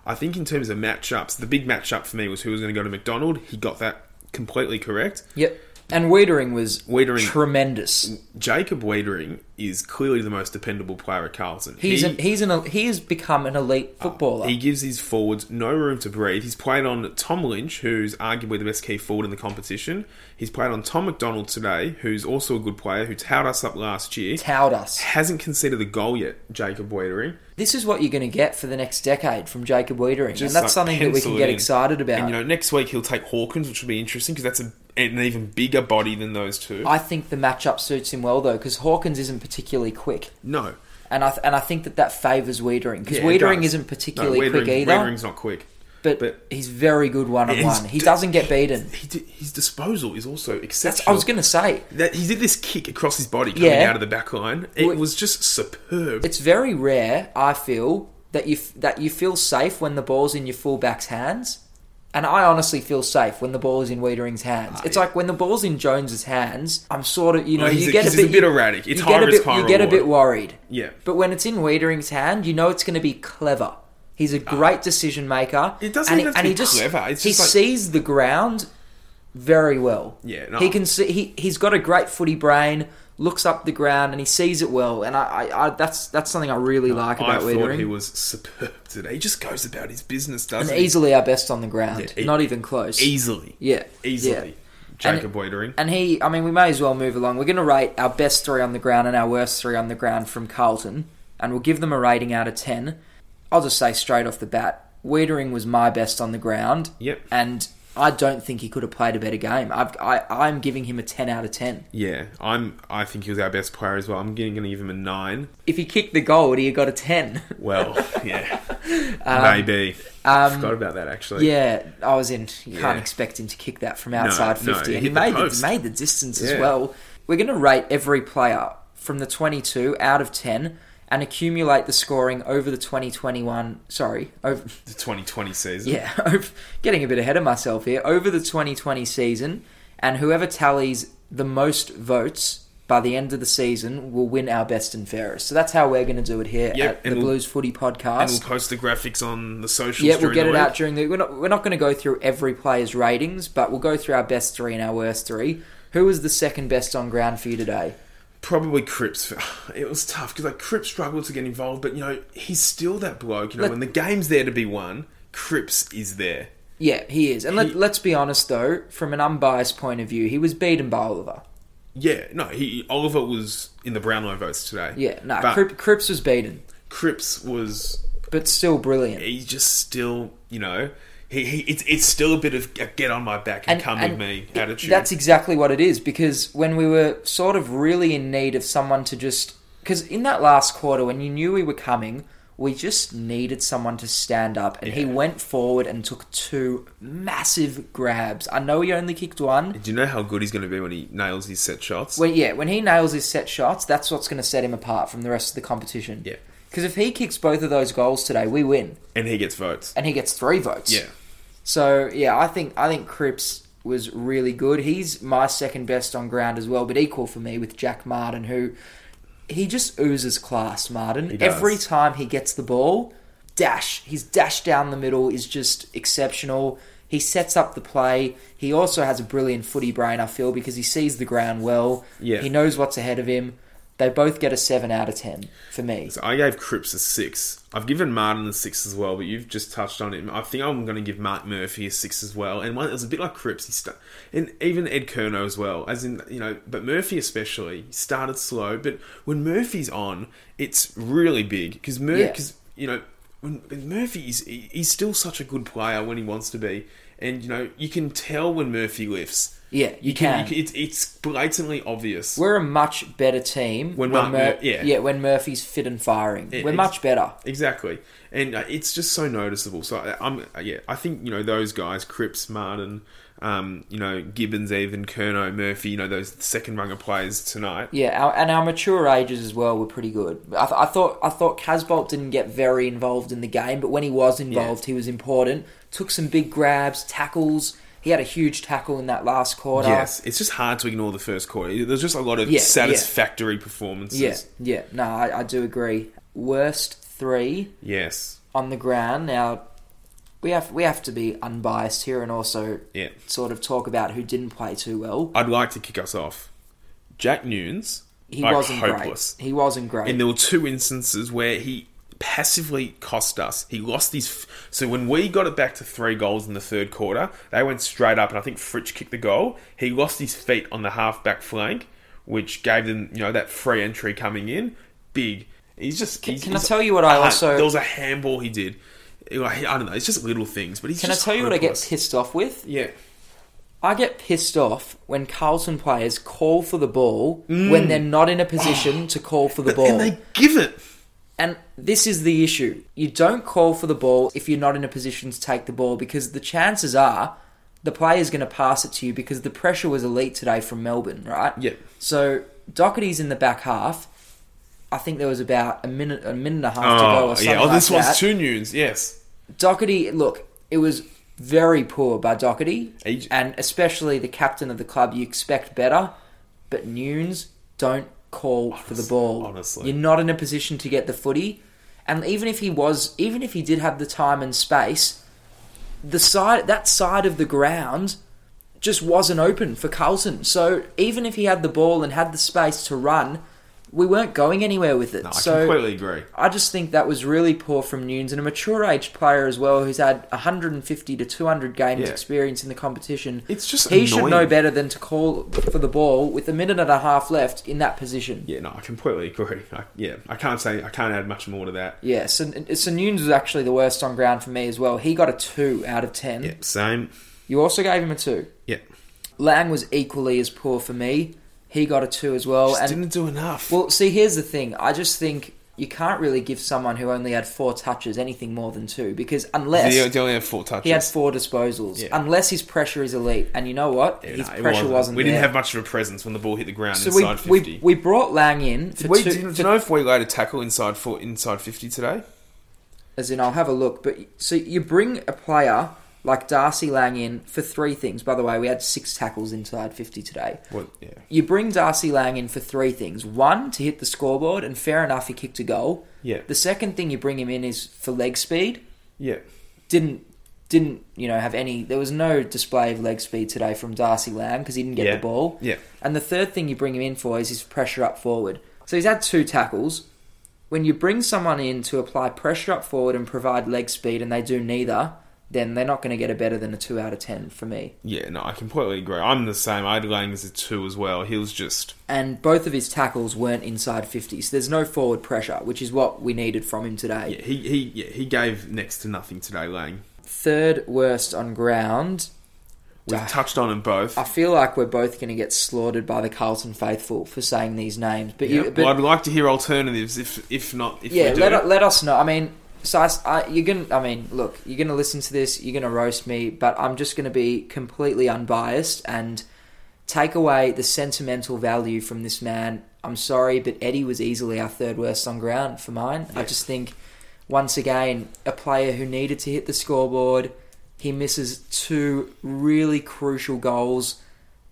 [SPEAKER 4] I think in terms of matchups, the big matchup for me was who was going to go to McDonald. He got that completely correct.
[SPEAKER 3] Yep. And Wiedering was
[SPEAKER 4] Wiedering-
[SPEAKER 3] tremendous.
[SPEAKER 4] Jacob Wiedering is clearly the most dependable player at Carlton.
[SPEAKER 3] He's
[SPEAKER 4] He- Uh,
[SPEAKER 3] an, he's an he has become an elite footballer.
[SPEAKER 4] He gives his forwards no room to breathe. He's played on Tom Lynch, who's arguably the best key forward in the competition. He's played on Tom McDonald today, who's also a good player, who towed us up last year.
[SPEAKER 3] Towed us.
[SPEAKER 4] Hasn't conceded a goal yet, Jacob Wiedering.
[SPEAKER 3] This is what you're going to get for the next decade from Jacob Wiedering, and
[SPEAKER 4] Just,
[SPEAKER 3] that's
[SPEAKER 4] like,
[SPEAKER 3] something that we
[SPEAKER 4] pencil
[SPEAKER 3] can
[SPEAKER 4] it
[SPEAKER 3] get
[SPEAKER 4] in.
[SPEAKER 3] excited about.
[SPEAKER 4] And you know, next week he'll take Hawkins, which will be interesting because that's a, an even bigger body than those two.
[SPEAKER 3] I think the matchup suits him well though, because Hawkins isn't particularly quick,
[SPEAKER 4] no,
[SPEAKER 3] and I th- and I think that that favors Wiedering because
[SPEAKER 4] Yeah, it
[SPEAKER 3] Wiedering
[SPEAKER 4] does.
[SPEAKER 3] isn't particularly
[SPEAKER 4] no, Wiedering-
[SPEAKER 3] quick either.
[SPEAKER 4] Wiedering's not quick.
[SPEAKER 3] but,
[SPEAKER 4] but-
[SPEAKER 3] he's very good one on
[SPEAKER 4] His
[SPEAKER 3] one. He
[SPEAKER 4] d-
[SPEAKER 3] doesn't get beaten.
[SPEAKER 4] He did, his disposal is also exceptional.
[SPEAKER 3] That's I was going to say.
[SPEAKER 4] That, he did this kick across his body coming
[SPEAKER 3] Yeah.
[SPEAKER 4] out of the back line. It
[SPEAKER 3] Well,
[SPEAKER 4] was just superb.
[SPEAKER 3] It's very rare, I feel, that you f- that you feel safe when the ball's in your fullback's hands. And I honestly feel safe when the ball is in Wiedering's hands. it's
[SPEAKER 4] Ah, yeah.
[SPEAKER 3] like when the ball's in Jones's hands, I'm sort of you know
[SPEAKER 4] Well, he's
[SPEAKER 3] you
[SPEAKER 4] a-
[SPEAKER 3] get a
[SPEAKER 4] he's
[SPEAKER 3] bit,
[SPEAKER 4] a bit
[SPEAKER 3] you-
[SPEAKER 4] erratic. It's
[SPEAKER 3] you
[SPEAKER 4] high
[SPEAKER 3] get a
[SPEAKER 4] risk,
[SPEAKER 3] bit,
[SPEAKER 4] high
[SPEAKER 3] you get a bit
[SPEAKER 4] reward.
[SPEAKER 3] worried.
[SPEAKER 4] Yeah.
[SPEAKER 3] But when it's in Wiedering's hand, you know it's going to be clever. He's a great decision maker.
[SPEAKER 4] Ah. It doesn't
[SPEAKER 3] and
[SPEAKER 4] even
[SPEAKER 3] he,
[SPEAKER 4] have to
[SPEAKER 3] and
[SPEAKER 4] be
[SPEAKER 3] he just,
[SPEAKER 4] clever. It's
[SPEAKER 3] he
[SPEAKER 4] just like-
[SPEAKER 3] sees the ground very well.
[SPEAKER 4] Yeah, no.
[SPEAKER 3] he can see he he's got a great footy brain. Looks up the ground and he sees it well, and I, I, I that's that's something I really like
[SPEAKER 4] I
[SPEAKER 3] about
[SPEAKER 4] thought
[SPEAKER 3] Wiedering.
[SPEAKER 4] he was superb today. He just goes about his business,
[SPEAKER 3] and
[SPEAKER 4] doesn't he?
[SPEAKER 3] easily our best on the ground,
[SPEAKER 4] Yeah, e-
[SPEAKER 3] not even close.
[SPEAKER 4] Easily.
[SPEAKER 3] yeah,
[SPEAKER 4] Easily.
[SPEAKER 3] yeah.
[SPEAKER 4] Jacob Wiedering.
[SPEAKER 3] And he, I mean, we may as well move along. We're going to rate our best three on the ground and our worst three on the ground from Carlton, and we'll give them a rating out of 10. I'll just say straight off the bat, Wiedering was my best on the ground.
[SPEAKER 4] Yep.
[SPEAKER 3] And I don't think he could have played a better game. I've, I, I'm giving him a 10 out of 10.
[SPEAKER 4] Yeah, I'm. I think he was our best player as well. I'm going to give him a nine.
[SPEAKER 3] If he kicked the goal, would he have got a 10?
[SPEAKER 4] Well, yeah, maybe. Forgot about that actually.
[SPEAKER 3] Um, yeah, I was in. You can't
[SPEAKER 4] Yeah.
[SPEAKER 3] expect him to kick that from outside
[SPEAKER 4] no,
[SPEAKER 3] 50.
[SPEAKER 4] he
[SPEAKER 3] and he
[SPEAKER 4] hit the
[SPEAKER 3] made the,
[SPEAKER 4] post.
[SPEAKER 3] made the distance as
[SPEAKER 4] Yeah.
[SPEAKER 3] well. We're going to rate every player from the 22 out of 10 and accumulate the scoring over the 2021. Sorry, over,
[SPEAKER 4] the 2020 season.
[SPEAKER 3] yeah, over, getting a bit ahead of myself here. Over the 2020 season, and whoever tallies the most votes by the end of the season will win our best and fairest. So that's how we're going to do it here
[SPEAKER 4] Yep,
[SPEAKER 3] at the
[SPEAKER 4] and we'll-
[SPEAKER 3] Blues Footy Podcast.
[SPEAKER 4] and we'll post the graphics on the socials.
[SPEAKER 3] Yeah, we'll
[SPEAKER 4] during
[SPEAKER 3] get
[SPEAKER 4] the
[SPEAKER 3] it
[SPEAKER 4] week.
[SPEAKER 3] out during the. We're not, we're not going to go through every player's ratings, but we'll go through our best three and our worst three. Who was the second best on ground for you today?
[SPEAKER 4] Probably Cripps. It was tough because like Cripps struggled to get involved, but you know he's still that bloke. You know
[SPEAKER 3] Let-
[SPEAKER 4] when the game's there to be won, Cripps is there.
[SPEAKER 3] Yeah, he is. And let,
[SPEAKER 4] He-
[SPEAKER 3] let's be honest, though, from an unbiased point of view, he was beaten by Oliver.
[SPEAKER 4] Yeah, no, he Oliver was in the Brownlow votes today.
[SPEAKER 3] Yeah, no,
[SPEAKER 4] but
[SPEAKER 3] Crip, Cripps was beaten,
[SPEAKER 4] Cripps was
[SPEAKER 3] but still brilliant.
[SPEAKER 4] he's just still, you know, he, he it's it's still a bit of a get on my back and, come with me
[SPEAKER 3] it-
[SPEAKER 4] attitude.
[SPEAKER 3] That's exactly what it is because when we were sort of really in need of someone to just because in that last quarter when you knew we were coming, we just needed someone to stand up and he
[SPEAKER 4] Yeah.
[SPEAKER 3] went forward and took two massive grabs. I know he only kicked one.
[SPEAKER 4] Do you know how good he's going to be when he nails his set shots?
[SPEAKER 3] Well, yeah, when he nails his set shots, that's what's going to set him apart from the rest of the competition.
[SPEAKER 4] Yeah.
[SPEAKER 3] Because if he kicks both of those goals today, we win,
[SPEAKER 4] and he gets votes.
[SPEAKER 3] and he gets three votes.
[SPEAKER 4] Yeah,
[SPEAKER 3] So yeah, I think I think Cripps was really good. He's my second best on ground as well, but equal for me with Jack Martin, who he just oozes class. Martin
[SPEAKER 4] does.
[SPEAKER 3] every time he gets the ball, dash. His dash down the middle is just exceptional. He sets up the play. He also has a brilliant footy brain. I feel because he sees the ground well.
[SPEAKER 4] Yeah.
[SPEAKER 3] he knows what's ahead of him. They both get a seven out of ten for me.
[SPEAKER 4] So I gave Cripps a six. I've given Martin a six as well, but you've just touched on it. I think I'm going to give Mark Murphy a six as well. And one that was a bit like Cripps, he sta- and even Ed Kerno as well. As in, you know, but Murphy especially he started slow. But when Murphy's on, it's really big because
[SPEAKER 3] Yeah.
[SPEAKER 4] because you know when, when Murphy is he, he's still such a good player when he wants to be, and you know you can tell when Murphy lifts.
[SPEAKER 3] Yeah, you can.
[SPEAKER 4] you it's, it's blatantly obvious.
[SPEAKER 3] We're a much better team
[SPEAKER 4] When Mark Mur- yeah.
[SPEAKER 3] when Murphy's fit and firing.
[SPEAKER 4] Yeah,
[SPEAKER 3] We're
[SPEAKER 4] ex-
[SPEAKER 3] much better.
[SPEAKER 4] Exactly, and uh, it's just so noticeable. So I- I'm uh, yeah, I think you know those guys, Cripps, Martin, um, you know Gibbons, even Kerno, Murphy, you know those second rung of players tonight.
[SPEAKER 3] Yeah, our, and our mature ages as well were pretty good. I, th- I thought I thought Casbolt didn't get very involved in the game, but when he was involved, he was important. Took some big grabs, tackles. He had a huge tackle in that last quarter.
[SPEAKER 4] Yes, it's just hard to ignore the first quarter. There's just a lot of
[SPEAKER 3] Yeah, yeah.
[SPEAKER 4] satisfactory performances.
[SPEAKER 3] Yeah, yeah. No, I, I do agree. Worst three
[SPEAKER 4] Yes.
[SPEAKER 3] on the ground. Now we have we have to be unbiased here and also
[SPEAKER 4] Yeah.
[SPEAKER 3] sort of talk about who didn't play too well.
[SPEAKER 4] I'd like to kick us off. Jack Nunes,
[SPEAKER 3] He
[SPEAKER 4] like,
[SPEAKER 3] wasn't
[SPEAKER 4] hopeless.
[SPEAKER 3] great. He wasn't great.
[SPEAKER 4] And there were two instances where he passively cost us. He lost his. F- so when we got it back to three goals in the third quarter, they went straight up, and I think Fritsch kicked the goal. He lost his feet on the half back flank, which gave them, you know, that free entry coming in. Big. He's just. Can, he's,
[SPEAKER 3] can I
[SPEAKER 4] he's-
[SPEAKER 3] tell you what I
[SPEAKER 4] Uh,
[SPEAKER 3] also-
[SPEAKER 4] There was a handball he did. Like, I don't know. It's just little things, but he's.
[SPEAKER 3] Can I
[SPEAKER 4] just
[SPEAKER 3] tell you what I get
[SPEAKER 4] hopeless.
[SPEAKER 3] pissed off with?
[SPEAKER 4] Yeah.
[SPEAKER 3] I get pissed off when Carlton players call for the ball when they're not in a position to call for the ball.
[SPEAKER 4] Mm. And they give it.
[SPEAKER 3] And this is the issue. You don't call for the ball if you're not in a position to take the ball because the chances are the player's going to pass it to you because the pressure was elite today from Melbourne, right?
[SPEAKER 4] Yep.
[SPEAKER 3] So Doherty's in the back half. I think there was about a minute, a minute and a half to go or
[SPEAKER 4] Oh,
[SPEAKER 3] something
[SPEAKER 4] yeah. Oh, this
[SPEAKER 3] like
[SPEAKER 4] one's
[SPEAKER 3] that.
[SPEAKER 4] two Nunes. Yes.
[SPEAKER 3] Doherty, look, it was very poor by Doherty,
[SPEAKER 4] Age-
[SPEAKER 3] and especially the captain of the club. You expect better, but Nunes don't call for the ball.
[SPEAKER 4] honestly.
[SPEAKER 3] you're not in a position to get the footy, and even if he was, even if he did have the time and space, the side that side of the ground just wasn't open for Carlton. So even if he had the ball and had the space to run, we weren't going anywhere with it.
[SPEAKER 4] No, I
[SPEAKER 3] so
[SPEAKER 4] completely agree.
[SPEAKER 3] I just think that was really poor from Nunes and a mature aged player as well who's had 150 to 200 games
[SPEAKER 4] Yeah.
[SPEAKER 3] experience in the competition.
[SPEAKER 4] It's just
[SPEAKER 3] he should
[SPEAKER 4] annoying.
[SPEAKER 3] know better than to call for the ball with a minute and a half left in that position.
[SPEAKER 4] Yeah, no, I completely agree. I, yeah, I can't say I can't add much more to that.
[SPEAKER 3] Yeah, so, so Nunes was actually the worst on ground for me as well. He got a 2 out of 10.
[SPEAKER 4] Yeah, same.
[SPEAKER 3] You also gave him a 2.
[SPEAKER 4] Yeah,
[SPEAKER 3] Lang was equally as poor for me. He got a 2 as well.
[SPEAKER 4] just
[SPEAKER 3] and
[SPEAKER 4] didn't do enough.
[SPEAKER 3] Well, see, here's the thing. I just think you can't really give someone who only had four touches anything more than two because unless
[SPEAKER 4] he, he only had four touches.
[SPEAKER 3] He had four disposals.
[SPEAKER 4] Yeah.
[SPEAKER 3] Unless his pressure is elite, and you know what,
[SPEAKER 4] Yeah,
[SPEAKER 3] his
[SPEAKER 4] no, it
[SPEAKER 3] pressure wasn't.
[SPEAKER 4] We didn't
[SPEAKER 3] there.
[SPEAKER 4] have much of a presence when the ball hit the ground
[SPEAKER 3] So
[SPEAKER 4] inside
[SPEAKER 3] we,
[SPEAKER 4] fifty.
[SPEAKER 3] we we brought Lang in for
[SPEAKER 4] Wait,
[SPEAKER 3] two.
[SPEAKER 4] do, you, do
[SPEAKER 3] for-
[SPEAKER 4] you know if we laid a tackle inside four, inside fifty today?
[SPEAKER 3] as in, I'll have a look. But so you bring a player like Darcy Lang in for three things. By the way, we had six tackles inside fifty today.
[SPEAKER 4] Well, yeah.
[SPEAKER 3] You bring Darcy Lang in for three things. One, to hit the scoreboard, and fair enough, he kicked a goal.
[SPEAKER 4] Yeah.
[SPEAKER 3] The second thing you bring him in is for leg speed.
[SPEAKER 4] Yeah,
[SPEAKER 3] didn't didn't you know have any there was no display of leg speed today from Darcy Lamb because he didn't get
[SPEAKER 4] Yeah.
[SPEAKER 3] the ball.
[SPEAKER 4] Yeah.
[SPEAKER 3] And the third thing you bring him in for is his pressure up forward. So he's had two tackles. When you bring someone in to apply pressure up forward and provide leg speed and they do neither, then they're not going to get a better than a 2 out of 10 for me.
[SPEAKER 4] yeah. No, I completely agree. I'm the same. I had Lang as a two as well. He was just
[SPEAKER 3] And both of his tackles weren't inside 50, so there's no forward pressure, which is what we needed from him today.
[SPEAKER 4] yeah. He he yeah, he gave next to nothing today. Lang.
[SPEAKER 3] Third worst on ground.
[SPEAKER 4] We've
[SPEAKER 3] Ah.
[SPEAKER 4] touched on them both.
[SPEAKER 3] I feel like we're both going to get slaughtered by the Carlton faithful for saying these names. But
[SPEAKER 4] yeah.
[SPEAKER 3] you, but
[SPEAKER 4] well, I'd like to hear alternatives. If if not, if
[SPEAKER 3] yeah,
[SPEAKER 4] we do.
[SPEAKER 3] let u- let us know. I mean, so I, I- you're gonna. I mean, look, you're gonna listen to this. You're gonna roast me, but I'm just gonna be completely unbiased and take away the sentimental value from this man. I'm sorry, but Eddie was easily our third worst on ground for mine. I just think once again a player who needed to hit the scoreboard. He misses two really crucial goals,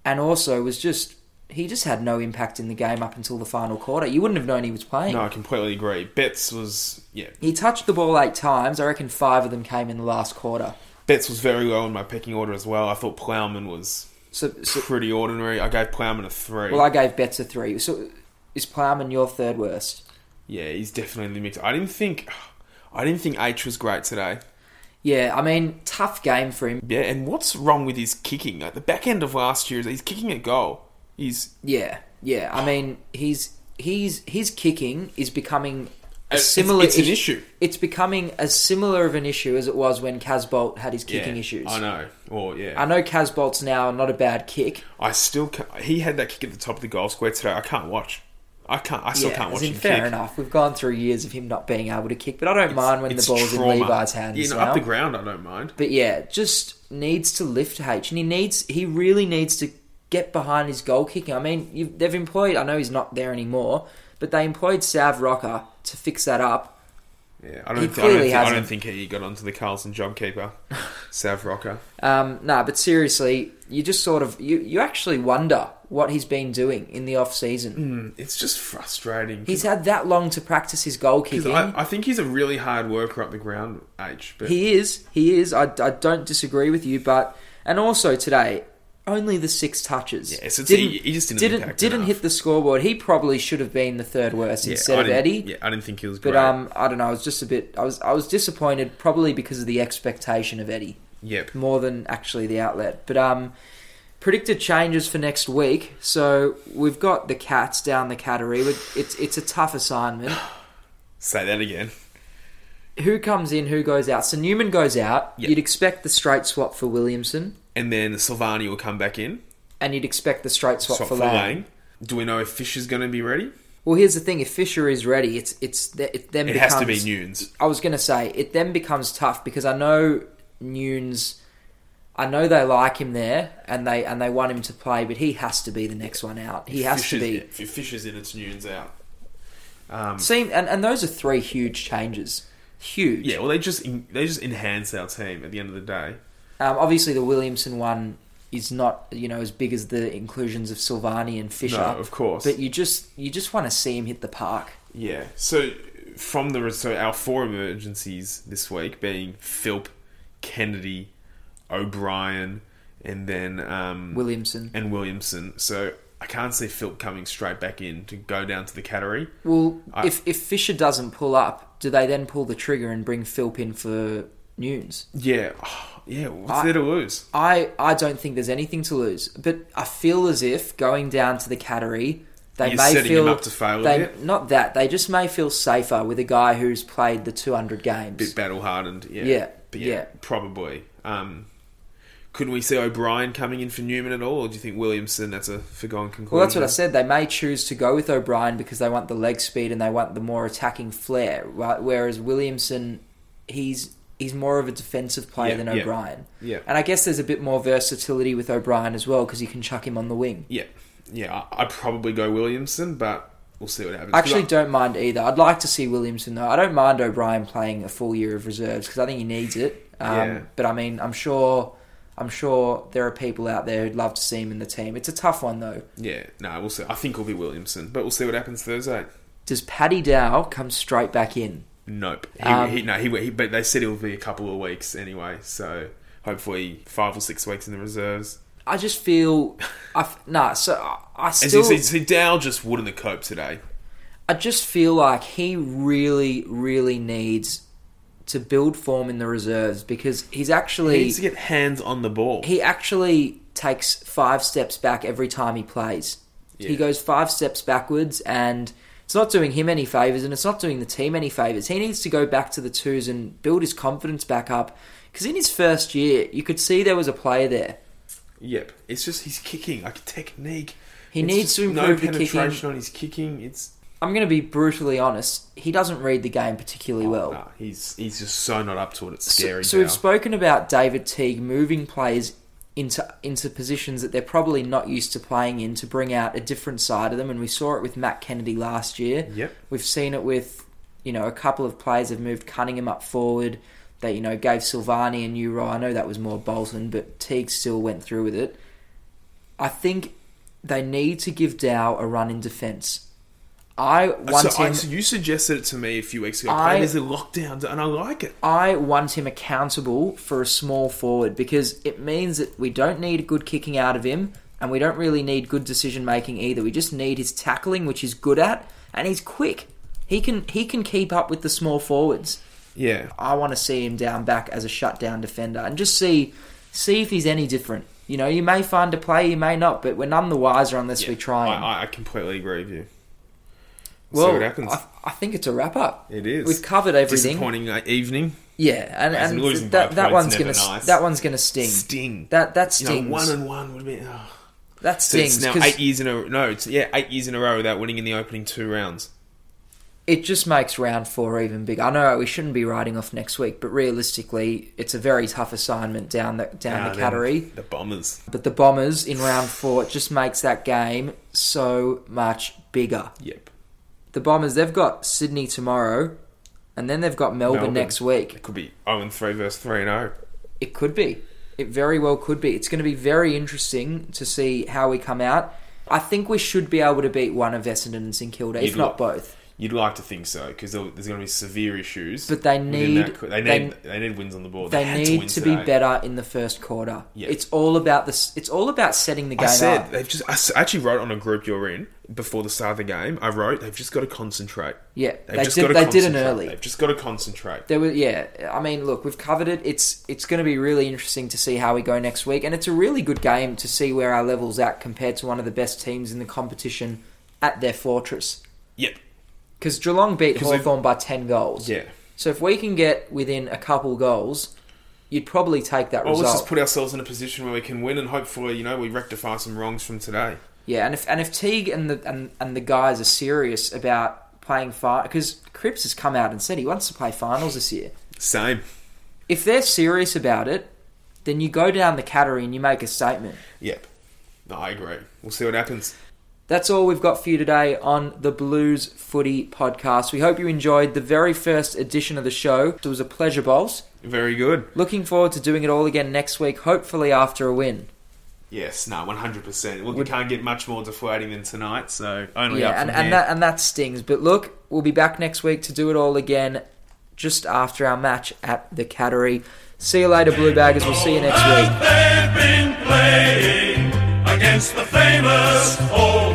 [SPEAKER 3] and also was just. He just had no impact in the game up until the final quarter. You wouldn't have known he was playing.
[SPEAKER 4] no, I completely agree. Betts was yeah.
[SPEAKER 3] He touched the ball eight times. I reckon five of them came in the last quarter.
[SPEAKER 4] Betts was very low in my pecking order as well. I thought Plowman was
[SPEAKER 3] So, so
[SPEAKER 4] pretty ordinary. I gave Plowman a three.
[SPEAKER 3] well, I gave Betts a three. So is Plowman your third worst?
[SPEAKER 4] Yeah, he's definitely mixed. I didn't think, I didn't think H was great today.
[SPEAKER 3] Yeah, I mean, tough game for him.
[SPEAKER 4] Yeah, and what's wrong with his kicking? Like the back end of last year, he's kicking a goal. He's
[SPEAKER 3] Yeah, yeah. I mean, he's he's his kicking is becoming a
[SPEAKER 4] It's-
[SPEAKER 3] similar.
[SPEAKER 4] it's an
[SPEAKER 3] ish-
[SPEAKER 4] issue.
[SPEAKER 3] It's becoming as similar of an issue as it was when Casbolt had his kicking
[SPEAKER 4] yeah,
[SPEAKER 3] issues.
[SPEAKER 4] I know. Or yeah,
[SPEAKER 3] I know Casbolt's now not a bad kick.
[SPEAKER 4] I still can he had that kick at the top of the goal square today. I can't watch. I can't. I still
[SPEAKER 3] yeah,
[SPEAKER 4] can't
[SPEAKER 3] as
[SPEAKER 4] watch
[SPEAKER 3] in,
[SPEAKER 4] him
[SPEAKER 3] fair
[SPEAKER 4] kick.
[SPEAKER 3] enough. We've gone through years of him not being able to kick, but I don't mind when the
[SPEAKER 4] It's
[SPEAKER 3] ball's
[SPEAKER 4] trauma.
[SPEAKER 3] in Levi's hands.
[SPEAKER 4] Yeah, no,
[SPEAKER 3] now.
[SPEAKER 4] up the ground. I don't mind.
[SPEAKER 3] But yeah, just needs to lift H, and he needs he really needs to get behind his goal kicking. I mean, you've, they've employed. I know he's not there anymore, but they employed Sav Rocker to fix that up.
[SPEAKER 4] Yeah, I don't.
[SPEAKER 3] He
[SPEAKER 4] think,
[SPEAKER 3] clearly
[SPEAKER 4] I, don't think, I
[SPEAKER 3] hasn't.
[SPEAKER 4] don't think he got onto the Carlson jobkeeper, Sav Rocker.
[SPEAKER 3] Um, nah, but seriously, you just sort of you you actually wonder what he's been doing in the off season.
[SPEAKER 4] It's just frustrating.
[SPEAKER 3] He's had that long to practice his goal kicking.
[SPEAKER 4] I, I think he's a really hard worker up the ground, H. But
[SPEAKER 3] He is. He is. I, I don't disagree with you, but and also today, only the six touches.
[SPEAKER 4] Yes, it's- he- he just didn't
[SPEAKER 3] didn't
[SPEAKER 4] impact
[SPEAKER 3] didn't
[SPEAKER 4] enough.
[SPEAKER 3] hit the scoreboard. He probably should have been the third worst
[SPEAKER 4] yeah,
[SPEAKER 3] instead
[SPEAKER 4] I
[SPEAKER 3] of
[SPEAKER 4] didn't-
[SPEAKER 3] Eddie.
[SPEAKER 4] Yeah, I didn't think he was
[SPEAKER 3] But
[SPEAKER 4] great.
[SPEAKER 3] um, I don't know. I was just a bit. I was I was disappointed, probably because of the expectation of Eddie
[SPEAKER 4] yep.
[SPEAKER 3] more than actually the outlet. But um, predicted changes for next week. So we've got the cats down the cattery. With- It's it's a tough assignment.
[SPEAKER 4] Say that again.
[SPEAKER 3] Who comes in? Who goes out? So Newman goes out.
[SPEAKER 4] Yeah.
[SPEAKER 3] You'd expect the straight swap for Williamson.
[SPEAKER 4] And then Silvani will come back in.
[SPEAKER 3] and you'd expect the straight swap,
[SPEAKER 4] Swap
[SPEAKER 3] for
[SPEAKER 4] for
[SPEAKER 3] Lang.
[SPEAKER 4] Lang. Do we know if Fisher's going to be ready?
[SPEAKER 3] Well, here's the thing: if Fisher is ready, it's it's th- it then
[SPEAKER 4] It
[SPEAKER 3] becomes,
[SPEAKER 4] has to be Nunes.
[SPEAKER 3] I was going to say it then becomes tough because I know Nunes, I know they like him there and they and they want him to play, but he has to be the next one out. He has
[SPEAKER 4] Fisher's,
[SPEAKER 3] to be.
[SPEAKER 4] If Fisher's in, it's Nunes out.
[SPEAKER 3] Seem and, and those are three huge changes. Huge.
[SPEAKER 4] Yeah, well, they just en- they just enhance our team at the end of the day.
[SPEAKER 3] Um, obviously, the Williamson one is not you know as big as the inclusions of Silvani and Fisher.
[SPEAKER 4] No, of course.
[SPEAKER 3] But you just you just want to see him hit the park.
[SPEAKER 4] Yeah. So from the so our four emergencies this week being Philp, Kennedy, O'Brien, and then um,
[SPEAKER 3] Williamson.
[SPEAKER 4] and Williamson. So I can't see Philp coming straight back in to go down to the cattery.
[SPEAKER 3] Well,
[SPEAKER 4] I-
[SPEAKER 3] if if Fisher doesn't pull up, do they then pull the trigger and bring Philp in for Nunes?
[SPEAKER 4] Yeah. Yeah. What's there to lose?
[SPEAKER 3] I I don't think there's anything to lose, but I feel as if going down to the cattery, they
[SPEAKER 4] You're
[SPEAKER 3] may
[SPEAKER 4] setting
[SPEAKER 3] feel
[SPEAKER 4] him up to fail a
[SPEAKER 3] they-
[SPEAKER 4] bit.
[SPEAKER 3] Not that they just may feel safer with a guy who's played the 200
[SPEAKER 4] Bit
[SPEAKER 3] games.
[SPEAKER 4] battle hardened. Yeah.
[SPEAKER 3] Yeah,
[SPEAKER 4] But
[SPEAKER 3] yeah.
[SPEAKER 4] Probably. Um. Could we see O'Brien coming in for Newman at all, or do you think Williamson? That's a foregone conclusion.
[SPEAKER 3] Well, that's what I said. They may choose to go with O'Brien because they want the leg speed and they want the more attacking flair. Right? Whereas Williamson, he's he's more of a defensive player
[SPEAKER 4] Yeah,
[SPEAKER 3] than
[SPEAKER 4] yeah,
[SPEAKER 3] O'Brien.
[SPEAKER 4] yeah.
[SPEAKER 3] And I guess there's a bit more versatility with O'Brien as well because you can chuck him on the wing.
[SPEAKER 4] Yeah, yeah. I- I'd probably go Williamson, but we'll see what happens.
[SPEAKER 3] I actually
[SPEAKER 4] Because
[SPEAKER 3] don't mind either. I'd like to see Williamson though. I don't mind O'Brien playing a full year of reserves because I think he needs it. Um,
[SPEAKER 4] Yeah.
[SPEAKER 3] But I mean, I'm sure. I'm sure there are people out there who'd love to see him in the team. It's a tough one though.
[SPEAKER 4] I- yeah, no, we'll see. I think it'll be Williamson, but we'll see what happens Thursday.
[SPEAKER 3] Does Paddy Dow come straight back in?
[SPEAKER 4] Nope. He,
[SPEAKER 3] Um,
[SPEAKER 4] he, no, he, he. But they said it'll be a couple of weeks anyway, so hopefully five or six weeks in the reserves.
[SPEAKER 3] I just feel, I f- nah. So I, I
[SPEAKER 4] As
[SPEAKER 3] still,
[SPEAKER 4] you see, see, Dow just wouldn't have coped today.
[SPEAKER 3] I just feel like he really, really needs to build form in the reserves because he's
[SPEAKER 4] He
[SPEAKER 3] actually
[SPEAKER 4] needs to get hands on the ball.
[SPEAKER 3] he actually takes five steps back every time he plays. He
[SPEAKER 4] Yeah.
[SPEAKER 3] goes five steps backwards, and it's not doing him any favors, and it's not doing the team any favors. He needs to go back to the twos and build his confidence back up because in his first year, you could see there was a player there.
[SPEAKER 4] yep. It's just his kicking, like technique.
[SPEAKER 3] He
[SPEAKER 4] It's
[SPEAKER 3] needs
[SPEAKER 4] just
[SPEAKER 3] to
[SPEAKER 4] no
[SPEAKER 3] improve the
[SPEAKER 4] penetration
[SPEAKER 3] kicking.
[SPEAKER 4] on his kicking. It's
[SPEAKER 3] I'm going to be brutally honest. He doesn't read the game particularly well.
[SPEAKER 4] Oh, nah, ah, he's he's just so not up to it. It's
[SPEAKER 3] So-
[SPEAKER 4] scary.
[SPEAKER 3] So,
[SPEAKER 4] Dow.
[SPEAKER 3] we've spoken about David Teague moving players into into positions that they're probably not used to playing in to bring out a different side of them, and we saw it with Matt Kennedy last year.
[SPEAKER 4] Yep.
[SPEAKER 3] We've seen it with you know a couple of players have moved Cunningham up forward. That you know gave Silvani a new role. I know that was more Bolton, but Teague still went through with it. I think they need to give Dow a run in defence. I want
[SPEAKER 4] Uh, so, I-
[SPEAKER 3] him.
[SPEAKER 4] so you suggested it to me a few weeks ago.
[SPEAKER 3] I-
[SPEAKER 4] I, there's a lockdown, and I like it.
[SPEAKER 3] I want him accountable for a small forward because it means that we don't need a good kicking out of him and we don't really need good decision making either. We just need his tackling, which he's good at, and he's quick. He can he can keep up with the small forwards.
[SPEAKER 4] Yeah.
[SPEAKER 3] I want to see him down back as a shutdown defender and just see see if he's any different. You know, you may find a play, you may not, but we're none the wiser unless we try him.
[SPEAKER 4] I, I- I completely agree with you.
[SPEAKER 3] well,
[SPEAKER 4] what happens.
[SPEAKER 3] I, I think it's a wrap up.
[SPEAKER 4] It is.
[SPEAKER 3] We've covered everything.
[SPEAKER 4] Disappointing uh, evening.
[SPEAKER 3] Yeah, and,
[SPEAKER 4] As
[SPEAKER 3] and
[SPEAKER 4] losing
[SPEAKER 3] that,
[SPEAKER 4] by
[SPEAKER 3] that
[SPEAKER 4] points
[SPEAKER 3] one's
[SPEAKER 4] never
[SPEAKER 3] gonna
[SPEAKER 4] nice.
[SPEAKER 3] that one's gonna sting.
[SPEAKER 4] Sting.
[SPEAKER 3] That that
[SPEAKER 4] You know,
[SPEAKER 3] stings.
[SPEAKER 4] one and one would be. Oh.
[SPEAKER 3] that
[SPEAKER 4] So
[SPEAKER 3] stings
[SPEAKER 4] it's now
[SPEAKER 3] 'cause
[SPEAKER 4] eight years in a no. It's, yeah, eight years in a row without winning in the opening two rounds.
[SPEAKER 3] it just makes round four even bigger. I know we shouldn't be writing off next week, but realistically, it's a very tough assignment down the down
[SPEAKER 4] Ah,
[SPEAKER 3] the
[SPEAKER 4] then
[SPEAKER 3] cattery.
[SPEAKER 4] The Bombers.
[SPEAKER 3] But the Bombers in round four it just makes that game so much bigger.
[SPEAKER 4] Yep.
[SPEAKER 3] The Bombers they've got Sydney tomorrow, and then they've got Melbourne,
[SPEAKER 4] Melbourne.
[SPEAKER 3] next week.
[SPEAKER 4] It could be zero and three versus three and oh. zero.
[SPEAKER 3] It could be. It very well could be. It's going to be very interesting to see how we come out. I think we should be able to beat one of Essendon and St Kilda, if
[SPEAKER 4] You'd
[SPEAKER 3] not
[SPEAKER 4] like-
[SPEAKER 3] both.
[SPEAKER 4] You'd like to think so because there's going to be severe issues.
[SPEAKER 3] But they
[SPEAKER 4] within
[SPEAKER 3] need-
[SPEAKER 4] that qu- they
[SPEAKER 3] they-
[SPEAKER 4] need they, need wins on the board.
[SPEAKER 3] They
[SPEAKER 4] had
[SPEAKER 3] need
[SPEAKER 4] win
[SPEAKER 3] to, be
[SPEAKER 4] today.
[SPEAKER 3] better in the first quarter.
[SPEAKER 4] Yeah.
[SPEAKER 3] It's all about this. It's all about setting the game
[SPEAKER 4] I
[SPEAKER 3] up.
[SPEAKER 4] said they've just. I s- I actually wrote on a group you're in before the start of the game. I wrote they've just got to concentrate.
[SPEAKER 3] Yeah,
[SPEAKER 4] They've
[SPEAKER 3] they
[SPEAKER 4] just
[SPEAKER 3] did-
[SPEAKER 4] got to
[SPEAKER 3] they did an
[SPEAKER 4] concentrate.
[SPEAKER 3] early.
[SPEAKER 4] They've just got to concentrate.
[SPEAKER 3] There was yeah. I mean, look, we've covered it. It's it's going to be really interesting to see how we go next week, and it's a really good game to see where our levels at compared to one of the best teams in the competition at their fortress.
[SPEAKER 4] Yep.
[SPEAKER 3] Because Geelong beat
[SPEAKER 4] 'Cause they've-
[SPEAKER 3] Hawthorn by ten goals.
[SPEAKER 4] Yeah.
[SPEAKER 3] So if we can get within a couple goals, you'd probably take that
[SPEAKER 4] Well, let's
[SPEAKER 3] result.
[SPEAKER 4] just put ourselves in a position where we can win, and hopefully, you know, we rectify some wrongs from today.
[SPEAKER 3] Yeah, and if and if Teague and the and, and the guys are serious about playing final, because Cripps has come out and said he wants to play finals this year.
[SPEAKER 4] Same.
[SPEAKER 3] If they're serious about it, then you go down the cattery and you make a statement.
[SPEAKER 4] Yep. No, I agree. We'll see what happens.
[SPEAKER 3] That's all we've got for you today on the Blues Footy Podcast. We hope you enjoyed the very first edition of the show. It was a pleasure, Bowls.
[SPEAKER 4] Very good.
[SPEAKER 3] Looking forward to doing it all again next week, hopefully after a win.
[SPEAKER 4] Yes, no, one hundred percent. We can't get much more deflating than tonight, so only
[SPEAKER 3] yeah,
[SPEAKER 4] up from
[SPEAKER 3] and, and
[SPEAKER 4] here.
[SPEAKER 3] that and that stings. But look, we'll be back next week to do it all again, just after our match at the Cattery. See you later, Blue Baggers. We'll see you next week.
[SPEAKER 5] They've been playing against the famous old